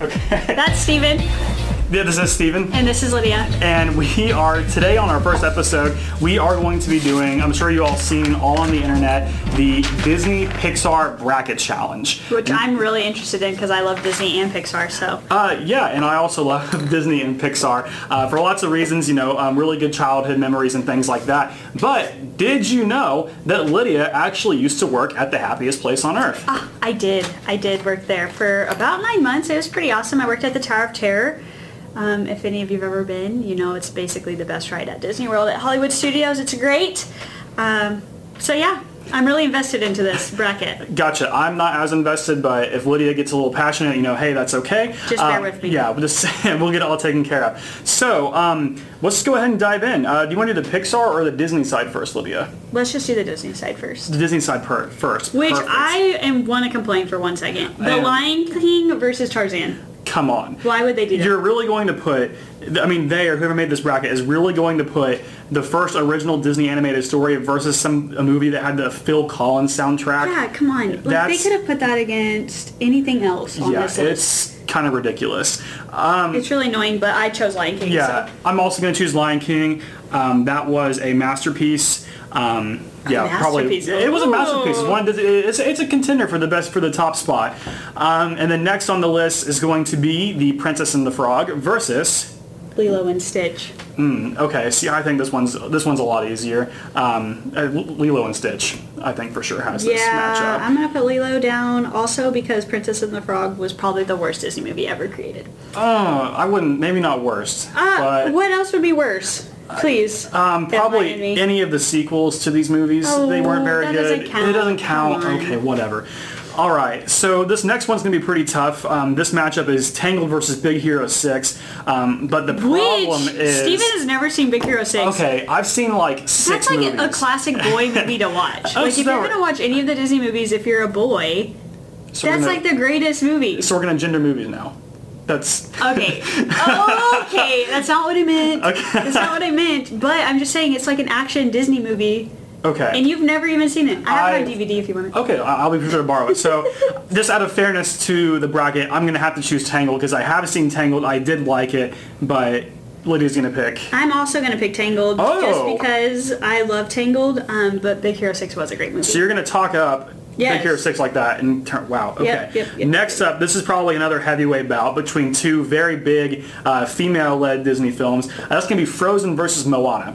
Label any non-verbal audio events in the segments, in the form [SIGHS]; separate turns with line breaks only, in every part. That's Steven,
Yeah, this is Steven.
and this is Lydia.
and we are today on our first episode we are going to be doing i'm sure you all seen all on the internet the disney pixar bracket challenge
Which I'm really interested in because I love Disney and Pixar, so
uh, yeah and i also love [LAUGHS] disney and pixar uh, for lots of reasons you know um, really good childhood memories and things like that but did you know that lydia actually used to work at the happiest place on earth
I did. I did work there for about nine months. It was pretty awesome. I worked at the Tower of Terror. Um, if any of you've ever been, you know it's basically the best ride at Disney World at Hollywood Studios. It's great. Um, so yeah, I'm really invested into this bracket.
Gotcha. I'm not as invested, but if Lydia gets a little passionate, you know, hey, that's okay. Um,
Just bear with me.
Yeah, we'll, just, [LAUGHS] we'll get it all taken care of. So um, let's go ahead and dive in. Uh, do you want to do the Pixar or the Disney side first, Lydia?
Let's just do the Disney side first.
The Disney side per- first.
Which
Perfect.
I am want to complain for one second. The
Yeah.
Lion King versus Tarzan.
Come on.
Why would they do that?
You're really going to put, I mean, they or whoever made this bracket is really going to put the first original Disney animated story versus some a movie that had the Phil Collins soundtrack.
yeah, come on. Like, they
That's-
could have put that against anything else on
Yeah,
this list.
it's kind of ridiculous.
It's really annoying, but I chose Lion King.
Yeah,
so.
I'm also going to choose Lion King. Um, that was a masterpiece. Um, yeah,
masterpiece. Oh.
probably. It was a masterpiece. It's One, it's, it's a contender for the best for the top spot. Um, and then next on the list is going to be The Princess and the Frog versus.
Lilo and Stitch.
Okay, see, I think this one's this one's a lot easier. Um, uh, Lilo and Stitch, I think for sure has this
Yeah,
matchup.
I'm gonna put Lilo down also because Princess and the Frog was probably the worst Disney movie ever created.
Uh, I wouldn't, maybe not worst,
Uh,
but
what else would be worse? Please. Um,
probably any of the sequels to these movies. they weren't
Oh,
very
that
good.
doesn't count.
It doesn't count.
Come on.
Okay, whatever. All right, so this next one's gonna be pretty tough. Um, this matchup is Tangled versus Big Hero Six, um, but the problem
Which
is
Steven has never seen Big Hero Six.
okay. I've seen like six
That's like
movies.
a classic
[LAUGHS]
boy movie to watch.
Oh,
like if
so-
you're gonna watch any of the Disney movies, if you're a boy,
so
that's
we're gonna,
like the greatest movie.
so we're gonna gender movies now. That's [LAUGHS]
Okay. okay. That's not what I meant. That's not what I meant. But I'm just saying it's like an action Disney movie,
okay.
and you've never even seen it. I have it on
I- Oh.
DVD if you want. to.
Okay, I- I'll be prepared to borrow
[LAUGHS]
it. So, just out of fairness to the bracket, I'm gonna have to choose Tangled because I have seen Tangled. I did like it, but Lydia's gonna pick.
I'm also gonna pick Tangled
Oh.
just because I love Tangled, um, but Big Hero Six was a great movie.
So you're going to talk up
Yes.
Big Hero 6 like that and turn, wow, okay.
Yep, yep, yep.
Next up, this is probably another heavyweight bout between two very big uh, female-led Disney films. Uh, that's going to be Frozen versus Moana.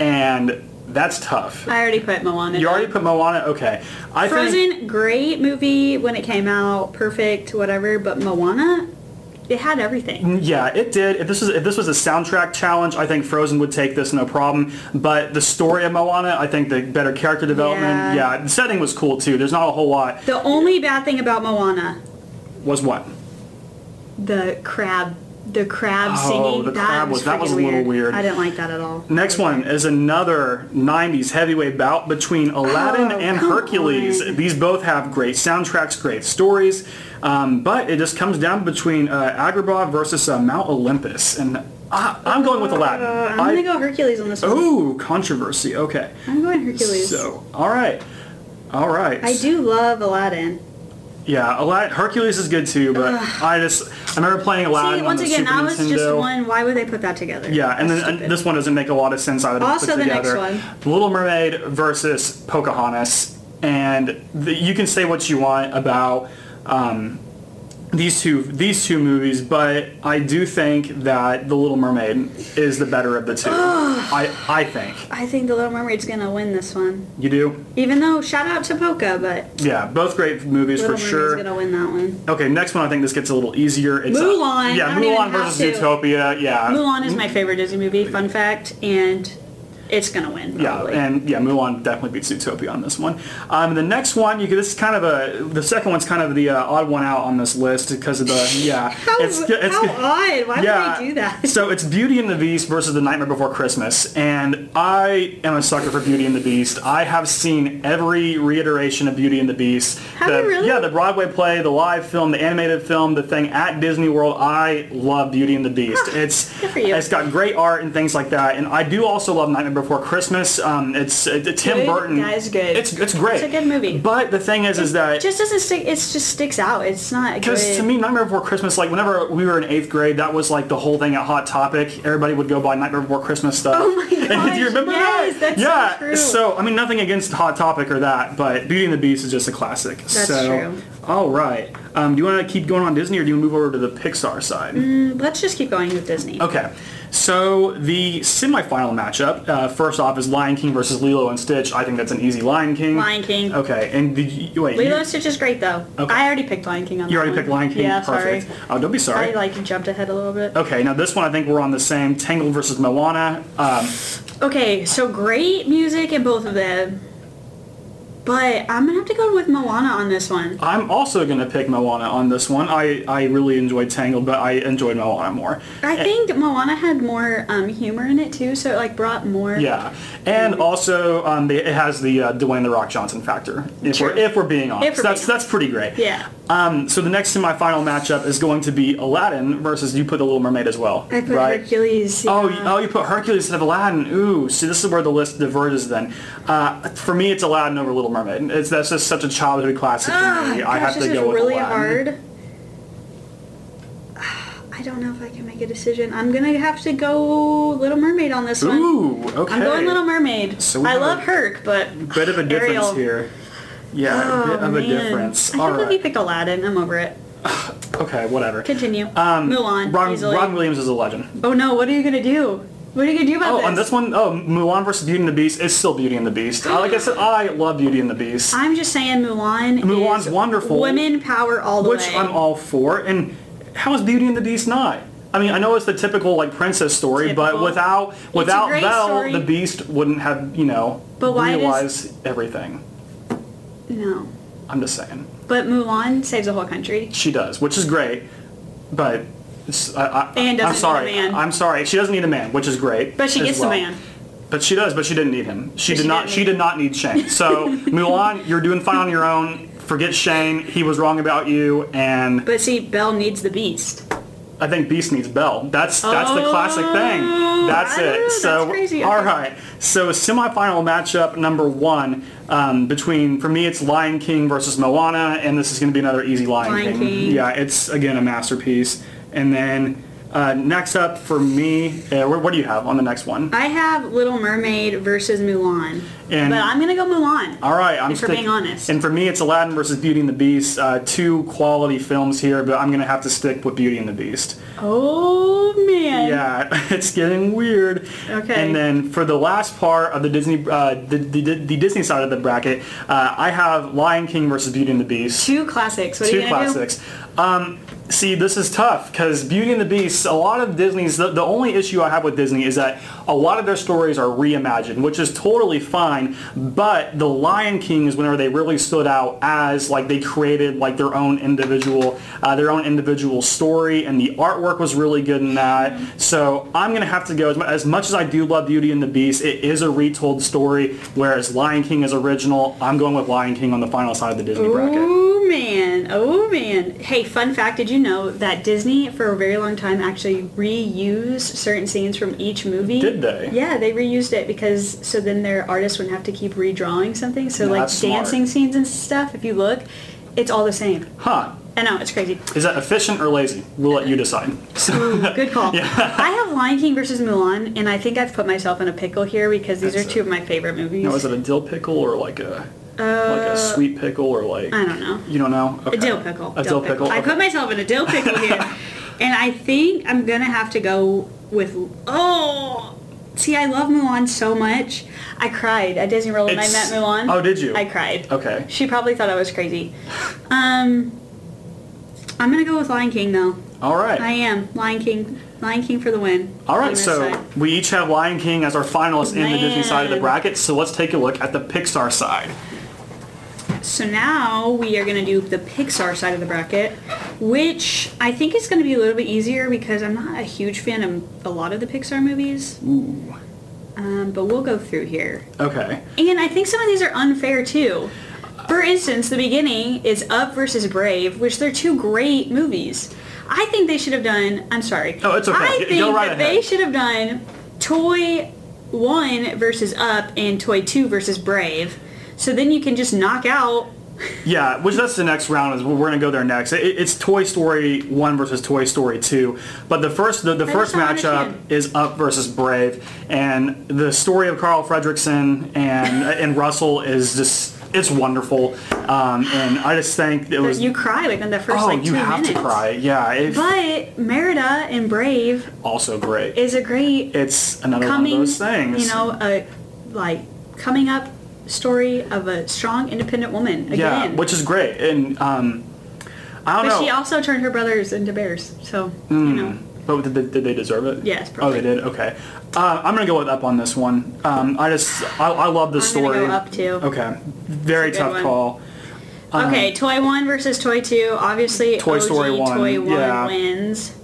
And that's tough.
I already put Moana.
You
down.
already put Moana? Okay. I think
Frozen, great movie when it came out, perfect, whatever. But Moana, it had everything.
yeah, it did. If this was if this was a soundtrack challenge, I think Frozen would take this no problem. But the story of Moana, I think the better character development,
Yeah.
yeah, the setting was cool too. There's not a whole lot.
The only bad thing about Moana,
Was what?
the crab, the crab
Oh,
singing.
the crab was- that was
freaking
a little weird.
I didn't like that at all.
Next one is another 90s heavyweight bout between Aladdin
Oh,
and
come
Hercules.
on.
These both have great soundtracks, great stories, um, but it just comes down between uh, Agrabah versus uh, Mount Olympus. And I, I'm going with Aladdin.
Uh, I'm gonna go Hercules on this one.
Ooh, controversy. Okay.
I'm going Hercules.
Oh, So, all right. All right.
I do love Aladdin.
Yeah, Aladdin, Hercules is good too, but I just, I remember playing Aladdin
See, once
on the
again,
Super
I was
Nintendo.
just one. Why would they put that together?
Yeah, and then
That's
and
stupid.
this one doesn't make a lot of sense either.
Also
put
the next
together.
one.
Little Mermaid versus Pocahontas, and the, you can say what you want about um, these two these two movies, but I do think that The Little Mermaid is the better of
[SIGHS]
the two. I I think
I think The Little Mermaid's gonna win this one.
you do.
Even though shout out to Polka, but
Yeah, both great movies
Little
for
Mermaid's
sure.
gonna win that one.
Okay, next one I think this gets a little easier. It's uh,
Mulan, I
yeah,
don't even
Mulan
have
versus
to.
Utopia. Yeah.
Mulan is my favorite Disney movie. Fun fact, and it's gonna win.
Yeah,
Probably.
and yeah, Mulan definitely beats Zootopia on this one. Um, the next one, you could, this is kind of a the second one's kind of the uh, odd one out on this list because of the yeah.
how how odd? Why
yeah.
would they do that? [LAUGHS]
[LAUGHS] So it's Beauty and the Beast versus The Nightmare Before Christmas, and I am a sucker for Beauty and the Beast. I have seen every reiteration of Beauty and the Beast.
Have
the,
you really?
Yeah, the Broadway play, the live film, the animated film, the thing at Disney World. I love Beauty and the Beast. It's
good for you.
it's got great art and things like that, and I do also love Nightmare Nightmare Before Christmas. Um, it's uh, Tim
Good.
Burton.
That is good.
It's it's great.
It's a good movie.
But the thing is, is that
just doesn't stick. It just sticks out. It's not
because
good.
to me, Nightmare Before Christmas, like whenever we were in eighth grade, that was like the whole thing at Hot Topic. Everybody would go buy Nightmare Before Christmas stuff.
Oh my
And
gosh,
Do you remember
yes,
that?
that's so
yeah.
true.
I mean, nothing against Hot Topic or that, but Beauty and the Beast is just a classic.
That's
so,
true.
All right. Um, do you want to keep going on Disney, or do you move over to the Pixar side?
Mm. Let's just keep going with Disney.
Okay. So the semifinal matchup, uh, first off, is Lion King versus Lilo and Stitch. I think that's an easy Lion King.
Lion King.
Okay. And did you, wait,
Lilo
you,
and Stitch is great though.
Okay.
I already picked Lion King on
you
that
already
one.
picked Lion King.
Yeah,
Perfect.
sorry.
Oh, don't be sorry. Oh.
I like jumped ahead a little bit.
okay. Now this one, I think we're on the same. Tangled versus Moana. Um,
Okay, so great music in both of them. But I'm gonna have to go with Moana on this one.
I'm also gonna pick Moana on this one. I, I really enjoyed Tangled, but I enjoyed Moana more.
I think Moana had more um, humor in it too, so it like brought more.
Yeah, and also um, they, it has the uh, Dwayne the Rock Johnson factor. If
True.
we're if we're being honest,
we're
that's
being
that's pretty great.
Yeah.
Um, so the next semifinal matchup is going to be Aladdin versus you put the Little Mermaid as well,
I put
right?
Hercules.
Oh,
yeah.
you- oh, you put Hercules instead of Aladdin. Ooh, see, this is where the list diverges. Then, uh, for me, it's Aladdin over Little Mermaid. It's that's just such a childhood classic
Ah,
for me.
gosh,
I have to
this
go
is
with
really
Aladdin.
hard. I don't know if I can make a decision. I'm gonna have to go Little Mermaid on this one.
Ooh, okay.
I'm going Little Mermaid.
So we
I
have a
love Herc, but
Bit of a difference
Ariel.
here. Yeah,
Oh,
a bit of a
man.
difference.
I
All
think if you
right.
picked Aladdin, I'm over it.
Okay, whatever.
Continue. Um, Mulan.
Ron,
easily.
Ron Williams is a legend.
oh no, what are you gonna do? What are you gonna do about
Oh,
this?
on this one, oh, Mulan versus Beauty and the Beast is still Beauty and the Beast. Uh, like I said, I love Beauty and the Beast,
I'm just saying Mulan.
Mulan's
is
wonderful.
Women power all the
which
way.
I'm all for. And how is Beauty and the Beast not? I mean, I know it's the typical like princess story, but
Typical.
without
a
without
great
Belle,
story.
the Beast wouldn't have you know
But why does-
realized everything.
no,
I'm just saying,
but Mulan saves the whole country.
she does, which is great, but. it's- I, I,
And doesn't
I'm
need a
sorry.
man.
I'm sorry. She doesn't need a man, which is great.
But she
as
gets the
well.
man.
But she does, but she didn't need him. She
But
did
she
not.
didn't
She
need
did not need
[LAUGHS]
Shane. So Mulan, you're doing fine on your own. Forget Shane. He was wrong about you, and
But see, Belle needs the Beast.
I think Beast needs Belle. That's that's the classic thing.
Oh,
That's
I
it.
don't know, that's
so
crazy.
all
Okay.
right. So semifinal matchup number one um, between for me it's Lion King versus Moana, and this is going to be another easy Lion,
Lion King.
Yeah, it's again a masterpiece. And then uh, next up for me, uh, what, what do you have on the next one?
I have Little Mermaid versus Mulan,
And-
but I'm gonna go Mulan.
All right, I'm
If we're
stick-
being honest.
And for me, it's Aladdin versus Beauty and the Beast. Uh, two quality films here, but I'm gonna have to stick with Beauty and the Beast.
Oh man.
Yeah, [LAUGHS] it's getting weird.
Okay.
And then for the last part of the Disney, uh, the, the, the Disney side of the bracket, uh, I have Lion King versus Beauty and the Beast.
Two classics. What are
Two
you gonna do?
classics. Um, see, this is tough because Beauty and the Beast. A lot of Disney's. The, the only issue I have with Disney is that a lot of their stories are reimagined, which is totally fine. But The Lion King is whenever they really stood out as like they created like their own individual, uh, their own individual story, and the artwork was really good in that. So I'm gonna have to go as, mu- as much as I do love Beauty and the Beast. It is a retold story, whereas Lion King is original. I'm going with Lion King on the final side of the Disney bracket.
Oh man, oh man. Hey, fun fact, did you know that Disney for a very long time actually reused certain scenes from each movie?
Did they?
Yeah, they reused it because so then their artists wouldn't have to keep redrawing something. So like
That's smart.
dancing scenes and stuff, if you look, it's all the same.
Huh.
I know, it's crazy.
Is that efficient or lazy? We'll let
[LAUGHS]
you decide. So,
Ooh, good
[LAUGHS]
call. I have Lion King versus Mulan, and I think I've put myself in a pickle here because these
That's
are
it.
two of my favorite movies. Uh,
now, is it a dill pickle or like a like a sweet pickle or like
I don't know.
you don't know? Okay.
A dill pickle.
A dill, pickle.
I
okay.
put myself in a dill pickle
[LAUGHS]
here. and I think I'm going to have to go with... Oh! See, I love Mulan so much. I cried at Disney World when I met
It's-
Mulan.
oh, did you?
I cried.
Okay.
She probably thought I was crazy. Um, I'm going to go with Lion King, though.
All right.
I am. Lion King. Lion King for the win.
All
on
right.
this
So
side.
we each have Lion King as our finalist in the Disney side of the
Man.
bracket. So let's take a look at the Pixar side.
So now we are going to do the Pixar side of the bracket, which I think is going to be a little bit easier because I'm not a huge fan of a lot of the Pixar movies. Ooh. Um, but we'll go through here.
Okay.
And I think some of these are unfair too. For instance, the beginning is Up versus Brave, which they're two great movies. I think they should have done. I'm sorry.
Oh, it's okay.
I
Go
think
right
that they
ahead.
should have done Toy 1 versus Up and Toy 2 versus Brave. So then you can just knock out
Yeah, which that's the next round is we're gonna go there next. It, it's Toy Story one versus Toy Story two, but the first the, the first
don't
matchup
understand.
is Up versus Brave, and the story of Carl Fredrickson
[LAUGHS]
and and Russell is just it's wonderful, um, and I just think it
that
was
you cry within the first
oh
like 2
you have
minutes.
to cry yeah it,
But Merida and Brave
also great
is a great
it's another
coming,
one of those things
you know, a like coming up story of a strong independent woman again.
yeah which is great and um, I
but
don't know Hmm,
she also turned her brothers into bears, so you know.
But did they, did they deserve it?
Yes,
Oh,
probably.
they did. Okay, uh, I'm gonna go with up on this one. Um, I just I, I love
I'm gonna
the story.
go up, too.
Okay, very
It's a good
tough
one.
call.
okay, Toy One versus Toy Two. Obviously,
Toy
OG
Story one,
Toy One
yeah.
wins.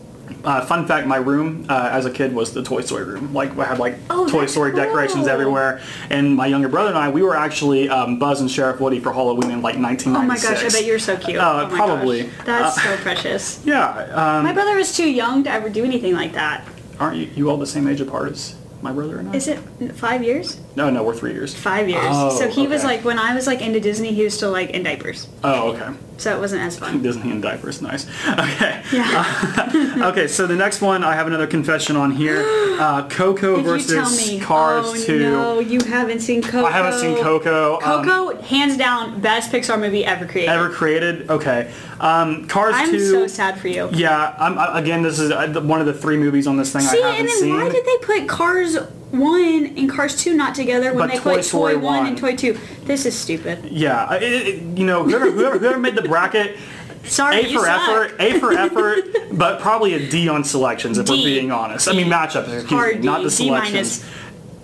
Uh, fun fact: my room uh, as a kid was the Toy Story room. Like I had like
Oh,
Toy
that's
Story
cool.
decorations everywhere. And my younger brother and I, we were actually um, Buzz and Sheriff Woody for Halloween in like
Oh my
1996.
gosh, I bet you're so cute.
Uh,
oh my
probably. Uh, um,
gosh. That's so precious.
Yeah,
My brother was too young to ever do anything like that.
um, aren't you, you all the same age apart as my brother and I?
Is it five years?
no, no, we're three years.
Five years.
Oh,
so he was
okay.
like when I was like into Disney, he was still like in diapers.
Oh, okay.
So it wasn't as
[LAUGHS]
fun.
Disney in diapers, nice. [LAUGHS] Okay.
Yeah.
Okay, so the next one, I have another confession
[GASPS]
on here. Uh, Coco
If you tell me,
versus Cars
oh,
2.
No, you haven't seen Coco.
I haven't seen Coco. um,
Coco, hands down, best Pixar movie ever created.
ever created? Okay. Um, Cars
I'm
2.
so sad for you.
yeah, I'm, I, again, this is uh, the- one of the three movies on this thing
See,
I haven't
and then
seen.
why did they put Cars One and Cars Two not together when
But
they
Toy
put
Story
Toy One
1.
and Toy Two? This is stupid.
yeah, I- it, it, you know, whoever, whoever, whoever made
[LAUGHS]
the bracket,
Sorry,
A
you
for
suck.
effort, A
[LAUGHS]
for effort, but probably a D on selections if
D.
we're being honest. I mean, matchups, excuse
Hard
me,
D,
not the
D minus.
selections.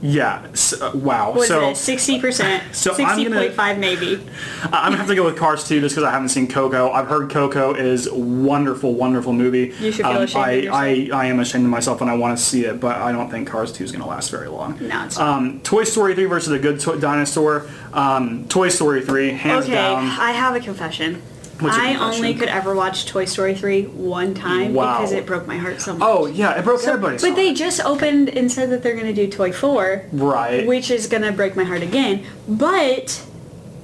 Yeah, so, wow.
What is
so,
it? Sixty percent.
So I'm
Sixty
gonna-
point five, maybe.
I- I'm gonna have to go with Cars 2 just because I haven't seen Coco. I've heard Coco is wonderful, wonderful movie. Um,
You should feel ashamed
I,
of yourself.
I, I am ashamed of myself and I want to see it, but I don't think Cars 2 is gonna last very long.
No, it's not.
Um, Toy Story 3 versus The Good to- Dinosaur. Um, Toy Story 3, hands
Okay,
down.
I have a confession.
What's your
I
confession?
only could ever watch Toy Story 3 one time
Wow.
because it broke my heart so much.
Oh yeah, it broke
So-
everybody's
but
heart.
they just opened and said that they're going to do Toy 4.
Right.
Which is going to break my heart again. But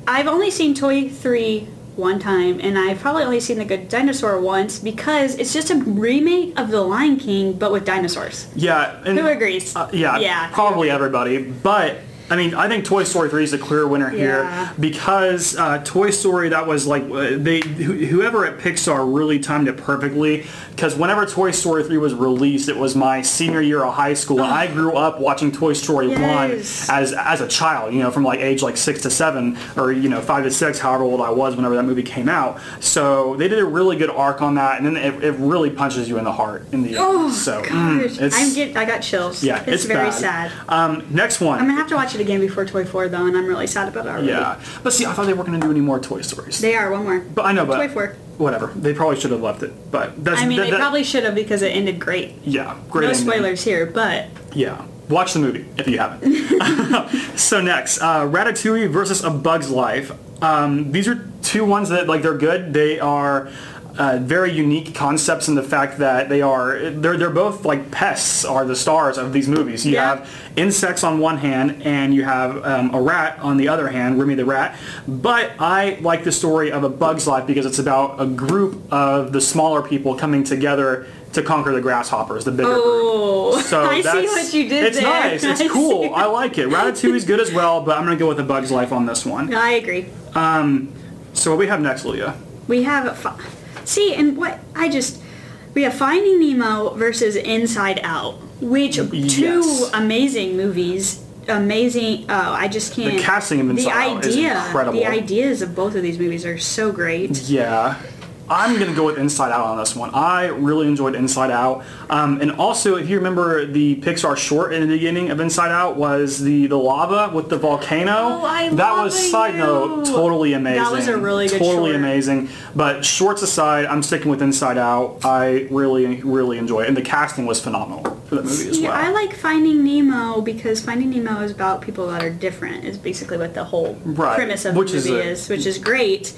I've only seen Toy 3 one time, and I've probably only seen The Good Dinosaur once because it's just a remake of The Lion King, but with dinosaurs.
Yeah. And,
Who agrees?
Uh, yeah,
Yeah.
Probably everybody. But I mean, I think Toy Story 3 is the clear winner
Yeah.
here because uh, Toy Story that was like uh, they wh- whoever at Pixar really timed it perfectly because whenever Toy Story 3 was released, it was my senior year of high school and I grew up watching Toy Story
Oh. Yes.
1 as as a child, you know, from like age like 6 to 7 or you know, 5 to 6, however old I was whenever that movie came out. So, they did a really good arc on that and then it, it really punches you in the heart in the end.
Oh,
so, mm,
gosh. I'm get, I got chills.
yeah,
it's, very
bad.
sad.
Um, next one.
I'm going to have to watch it again before Toy 4, though, and I'm really sad about it already.
yeah, but see, I thought they weren't going to do any more Toy Stories.
They are, one more.
but I know, but
Toy 4.
whatever. They probably should have left it, but that's.
I mean,
that-
they
that-
probably should have because it ended great.
Yeah, great.
no
ending.
spoilers here, but
Yeah, watch the movie if you haven't. [LAUGHS] so next, uh, Ratatouille versus A Bug's Life. Um, these are two ones that like they're good. They are. Uh, very unique concepts in the fact that they are they're they're both like pests are the stars of these movies. You
Yeah.
have insects on one hand and you have um, a rat on the other hand, Remy the rat. But I like the story of a bug's life because it's about a group of the smaller people coming together to conquer the grasshoppers, the bigger
Oh,
group.
[LAUGHS]
So
I see
that's-
what you did
It's
there.
nice.
[LAUGHS]
It's
I see.
cool. I like it. Ratatouille's good as well, but I'm gonna go with a bug's life on this one.
I agree.
So what we have next, Leah?
We have fi- see, and what I just we have Finding Nemo versus Inside Out, which two
Yes.
amazing movies. Amazing! Oh, I just can't.
casting of Inside Out is incredible.
The ideas of both of these movies are so great.
Yeah. I'm gonna go with Inside Out on this one. I really enjoyed Inside Out, um, and also if you remember the Pixar short in the beginning of Inside Out was the the lava with the volcano.
Oh, I
that
love
was side
you.
note totally amazing.
That was a really good
totally
short.
amazing. But shorts aside, I'm sticking with Inside Out. I really really enjoy it, and the casting was phenomenal for that movie as
See,
well.
I like Finding Nemo because Finding Nemo is about people that are different. Is basically what the whole
Right,
premise of
which
the
is
movie
a-
is, which is great.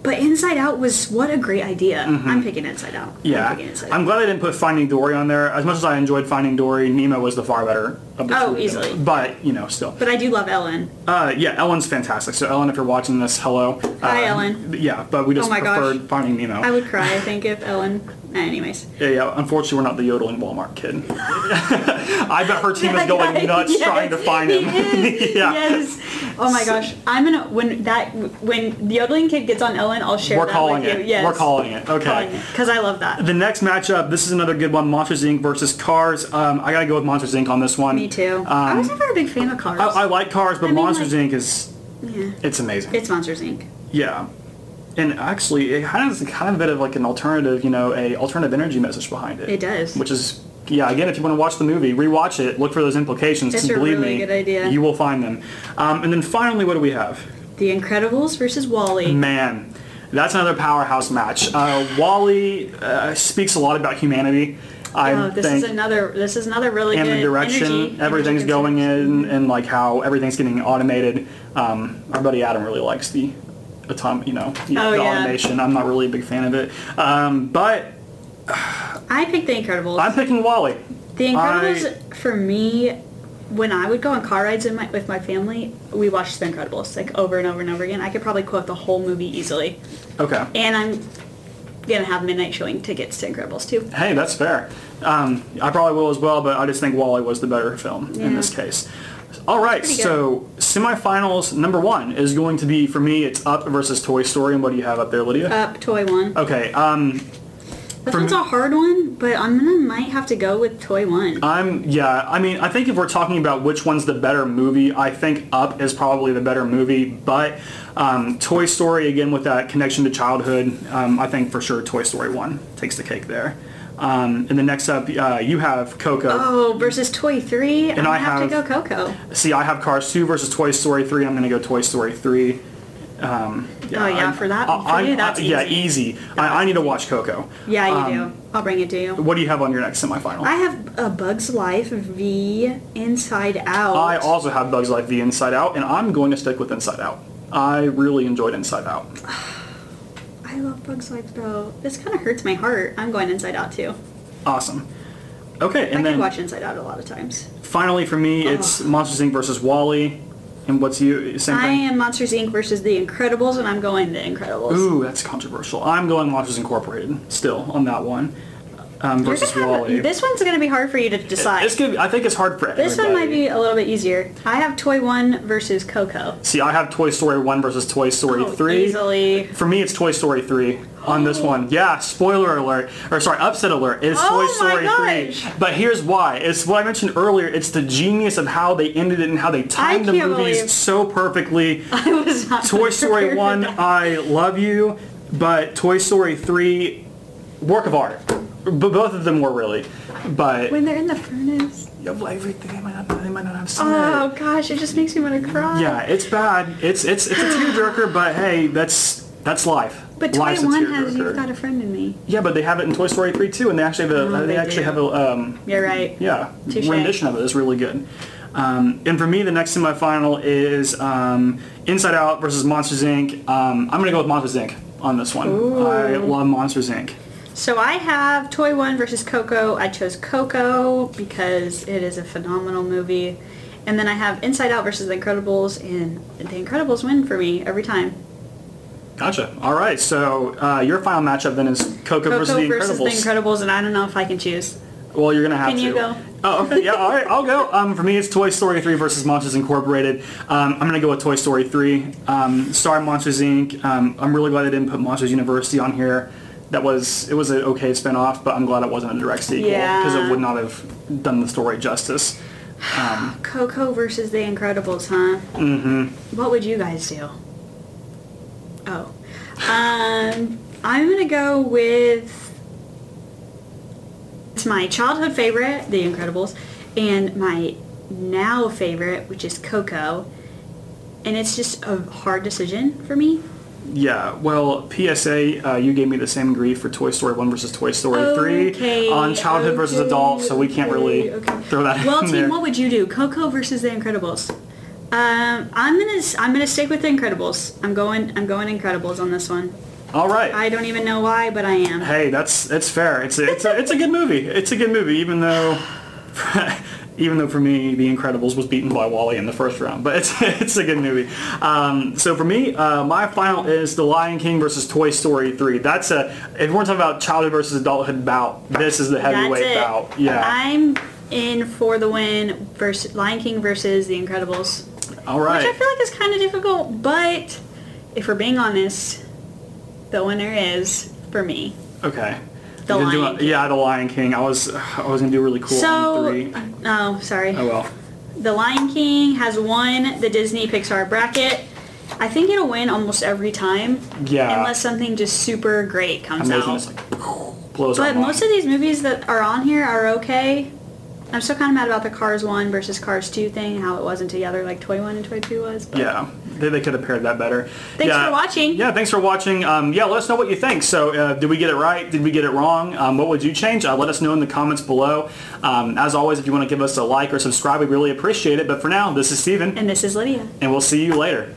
But Inside Out was what a great idea. I'm picking Inside Out.
Mm-hmm. Yeah,
I'm picking Inside Out.
I'm glad I didn't put Finding Dory on there. As much as I enjoyed Finding Dory, Nemo was the far better
Oh,
of the two of them.
easily.
But you know, still.
But I do love Ellen.
Uh, yeah, Ellen's fantastic. So Ellen, if you're watching this, hello.
Hi,
Uh,
Ellen. Oh
Yeah, but we just
my gosh.
preferred Finding Nemo.
I would cry, I think, if Ellen. Anyways.
yeah, yeah. Unfortunately, we're not the yodeling Walmart kid. [LAUGHS] I bet her team is
That guy,
going nuts
yes,
trying to find
he
him.
is,
[LAUGHS] Yeah.
[LAUGHS] Yes. Oh my gosh. I'm gonna when that when the yodeling kid gets on Ellen, I'll share
We're
that
calling
with
it.
you. Yes.
We're calling it. Okay.
Because I love that.
The next matchup, this is another good one, Monsters Inc. versus Cars. Um, I gotta go with Monsters Inc. on this one.
Me too.
Um,
I was
I,
never a big fan of cars.
I like Cars, but
I mean,
Monsters
like-
Inc. is
yeah.
it's amazing.
It's Monsters Inc.
yeah, and actually, it has kind of a bit of like an alternative, you know, a alternative energy message behind it.
It does.
which is yeah. Again, if you want to watch the movie, rewatch it, look for those implications.
That's
'cause
a
believe
really
me,
good idea.
You will find them. Um, and then finally, what do we have?
The Incredibles versus Wally.
Man, that's another powerhouse match. Uh, Wally uh, speaks a lot about humanity. I
Oh, this
think.
is another. This is another really
and
good
the direction
energy-
everything's
energy
going
concept.
in, and like how everything's getting automated. Um, our buddy Adam really likes the atom, you know, the,
Oh,
the
yeah.
automation. I'm not really a big fan of it, um, but
I picked The Incredibles.
I'm picking Wally.
The Incredibles for me, when I would go on car rides in my, with my family, we watched The Incredibles like over and over and over again. I could probably quote the whole movie easily,
Okay.
and I'm gonna have midnight showing tickets to Incredibles too.
Hey, that's fair. Um, I probably will as well, but I just think Wally was the better film in
Yeah.
this case. All right,
Pretty good.
so semifinals number one is going to be for me. It's Up versus Toy Story, and what do you have up there, Lydia?
Up toy one.
okay, um,
That
for
one's
me-
a hard one, but I'm gonna might have to go with toy one.
I'm yeah. I mean, I think if we're talking about which one's the better movie, I think Up is probably the better movie. But um, Toy Story again with that connection to childhood, um, I think for sure Toy Story one takes the cake there. Um, and the next up, uh, you have Coco.
oh, versus toy three. I'm
And
gonna
I
have,
have-
to go Coco. Oh,
See, I have Cars two versus Toy Story three. I'm gonna go Toy Story three.
oh yeah,
I-
for that,
I-
for
I-
you, that's
I-
easy.
yeah, e- easy. I, I need to watch Coco. Um,
Yeah, you do. I'll bring it to you.
What do you have on your next semifinal?
I have a Bug's Life V Inside Out.
I also have Bugs Life the Inside Out, and I'm going to stick with Inside Out. I really enjoyed Inside Out.
I love Bugs Life though. This kind of hurts my heart. I'm going Inside Out too.
Awesome. Okay, and
I
then
could watch Inside Out a lot of times.
finally for me, it's Monsters Inc. versus Wally, and what's you same
I
thing?
am Monsters Inc. versus The Incredibles, and I'm going The Incredibles.
Ooh, that's controversial. I'm going Monsters Incorporated still on that one um,
You're
versus
gonna have-
Wally.
This one's gonna be hard for you to decide.
It's gonna be- I think it's hard for
this one
everybody.
might be a little bit easier. I have Toy One versus Coco.
See, I have Toy Story one versus Toy Story
Oh,
three.
easily. [LAUGHS]
For me, it's Toy Story 3 on this one. Yeah, spoiler alert. Or sorry, upset alert. It's
Oh
Toy
my
Story
gosh.
3. But here's why. It's what I mentioned earlier. It's the genius of how they ended it and how they timed the
can't
movies
believe-
so
[LAUGHS]
perfectly.
I was not
Toy
prepared
Story uh,
for
1,
that.
I love you. But Toy Story 3, work of art. But both of them were really. But
When they're in the furnace.
Yeah, well, everything they might not, they might not have seen it.
Oh gosh, it just makes me want to cry.
Yeah, it's bad. It's it's it's a tearjerker, but hey, that's that's life.
But Toy
Life's a
One has
tearjerker.
You've Got a Friend in Me.
Yeah, but they have it in Toy Story 3 too, and they actually have a,
Oh,
they,
they
actually
do.
have a um,
You're right.
yeah
Touche.
rendition of it. It's really good. Um, and for me, the next semifinal is um, Inside Out versus Monsters Inc. Um, I'm gonna go with Monsters Inc. on this one. I love Monsters Inc.
So I have Toy One versus Coco. I chose Coco because it is a phenomenal movie. And then I have Inside Out versus The Incredibles, and The Incredibles win for me every time.
Gotcha. All right, so uh, your final matchup then is Coco,
Coco
versus the
versus The
Incredibles.
Incredibles, and I don't know if I can choose.
Well, you're gonna have
Can
to.
you go?
Oh, okay. Yeah. All right. I'll go. Um, for me, it's Toy Story 3 versus Monsters Incorporated. Um, I'm gonna go with Toy Story 3. Um, sorry, Monsters Inc. Um, I'm really glad they didn't put Monsters University on here. That was it was an okay spinoff, but I'm glad it wasn't a direct sequel because
Yeah.
it would not have done the story justice.
Coco versus The Incredibles, huh? Mm-hmm. What would you guys do? Oh. Um, I'm going to go with... It's my childhood favorite, The Incredibles, and my now favorite, which is Coco. And it's just a hard decision for me.
Yeah. Well, PSA, uh, you gave me the same grief for Toy Story 1 versus Toy Story 3 on childhood versus
okay,
adult, so we can't really
okay, okay.
throw that
Well,
in
team,
there.
what would you do? Coco versus The Incredibles. Um, I'm gonna s- I'm gonna stick with The Incredibles. I'm going I'm going Incredibles on this one.
All right.
I don't even know why, but I am.
hey, that's that's fair. It's a, it's a, it's a good movie. It's a good movie, even though. [LAUGHS] Even though for me, The Incredibles was beaten by Wally in the first round, but it's, [LAUGHS] it's a good movie. Um, so for me, uh, my final is The Lion King versus Toy Story 3. That's a, if we're talking about childhood versus adulthood bout, this is the
That's
heavyweight
it.
bout. Yeah.
I'm in for the win versus Lion King versus The Incredibles,
All right.
which I feel like is kind of difficult. But if we're being honest, the winner is for me.
Okay.
The
You didn't do
Lion
a-
King.
Yeah, The Lion King. I was I was gonna do really cool on
so,
three.
oh, sorry.
Oh well.
The Lion King has won the Disney Pixar bracket. I think it'll win almost every time,
Yeah.
unless something just super great comes
Amazing.
out.
It's like blows
But
our mind.
most of these movies that are on here are okay. I'm still kind of mad about the Cars 1 versus Cars 2 thing, how it wasn't together like Toy 1 and Toy 2 was. But
yeah, they, they could have paired that better.
Thanks
Yeah.
for watching.
Yeah, thanks for watching. Um, yeah, let us know what you think. So, uh, did we get it right? Did we get it wrong? Um, what would you change? Uh, let us know in the comments below. Um, as always, if you want to give us a like or subscribe, we really appreciate it. But for now, this is Steven,
And this is Lydia.
and we'll see you later.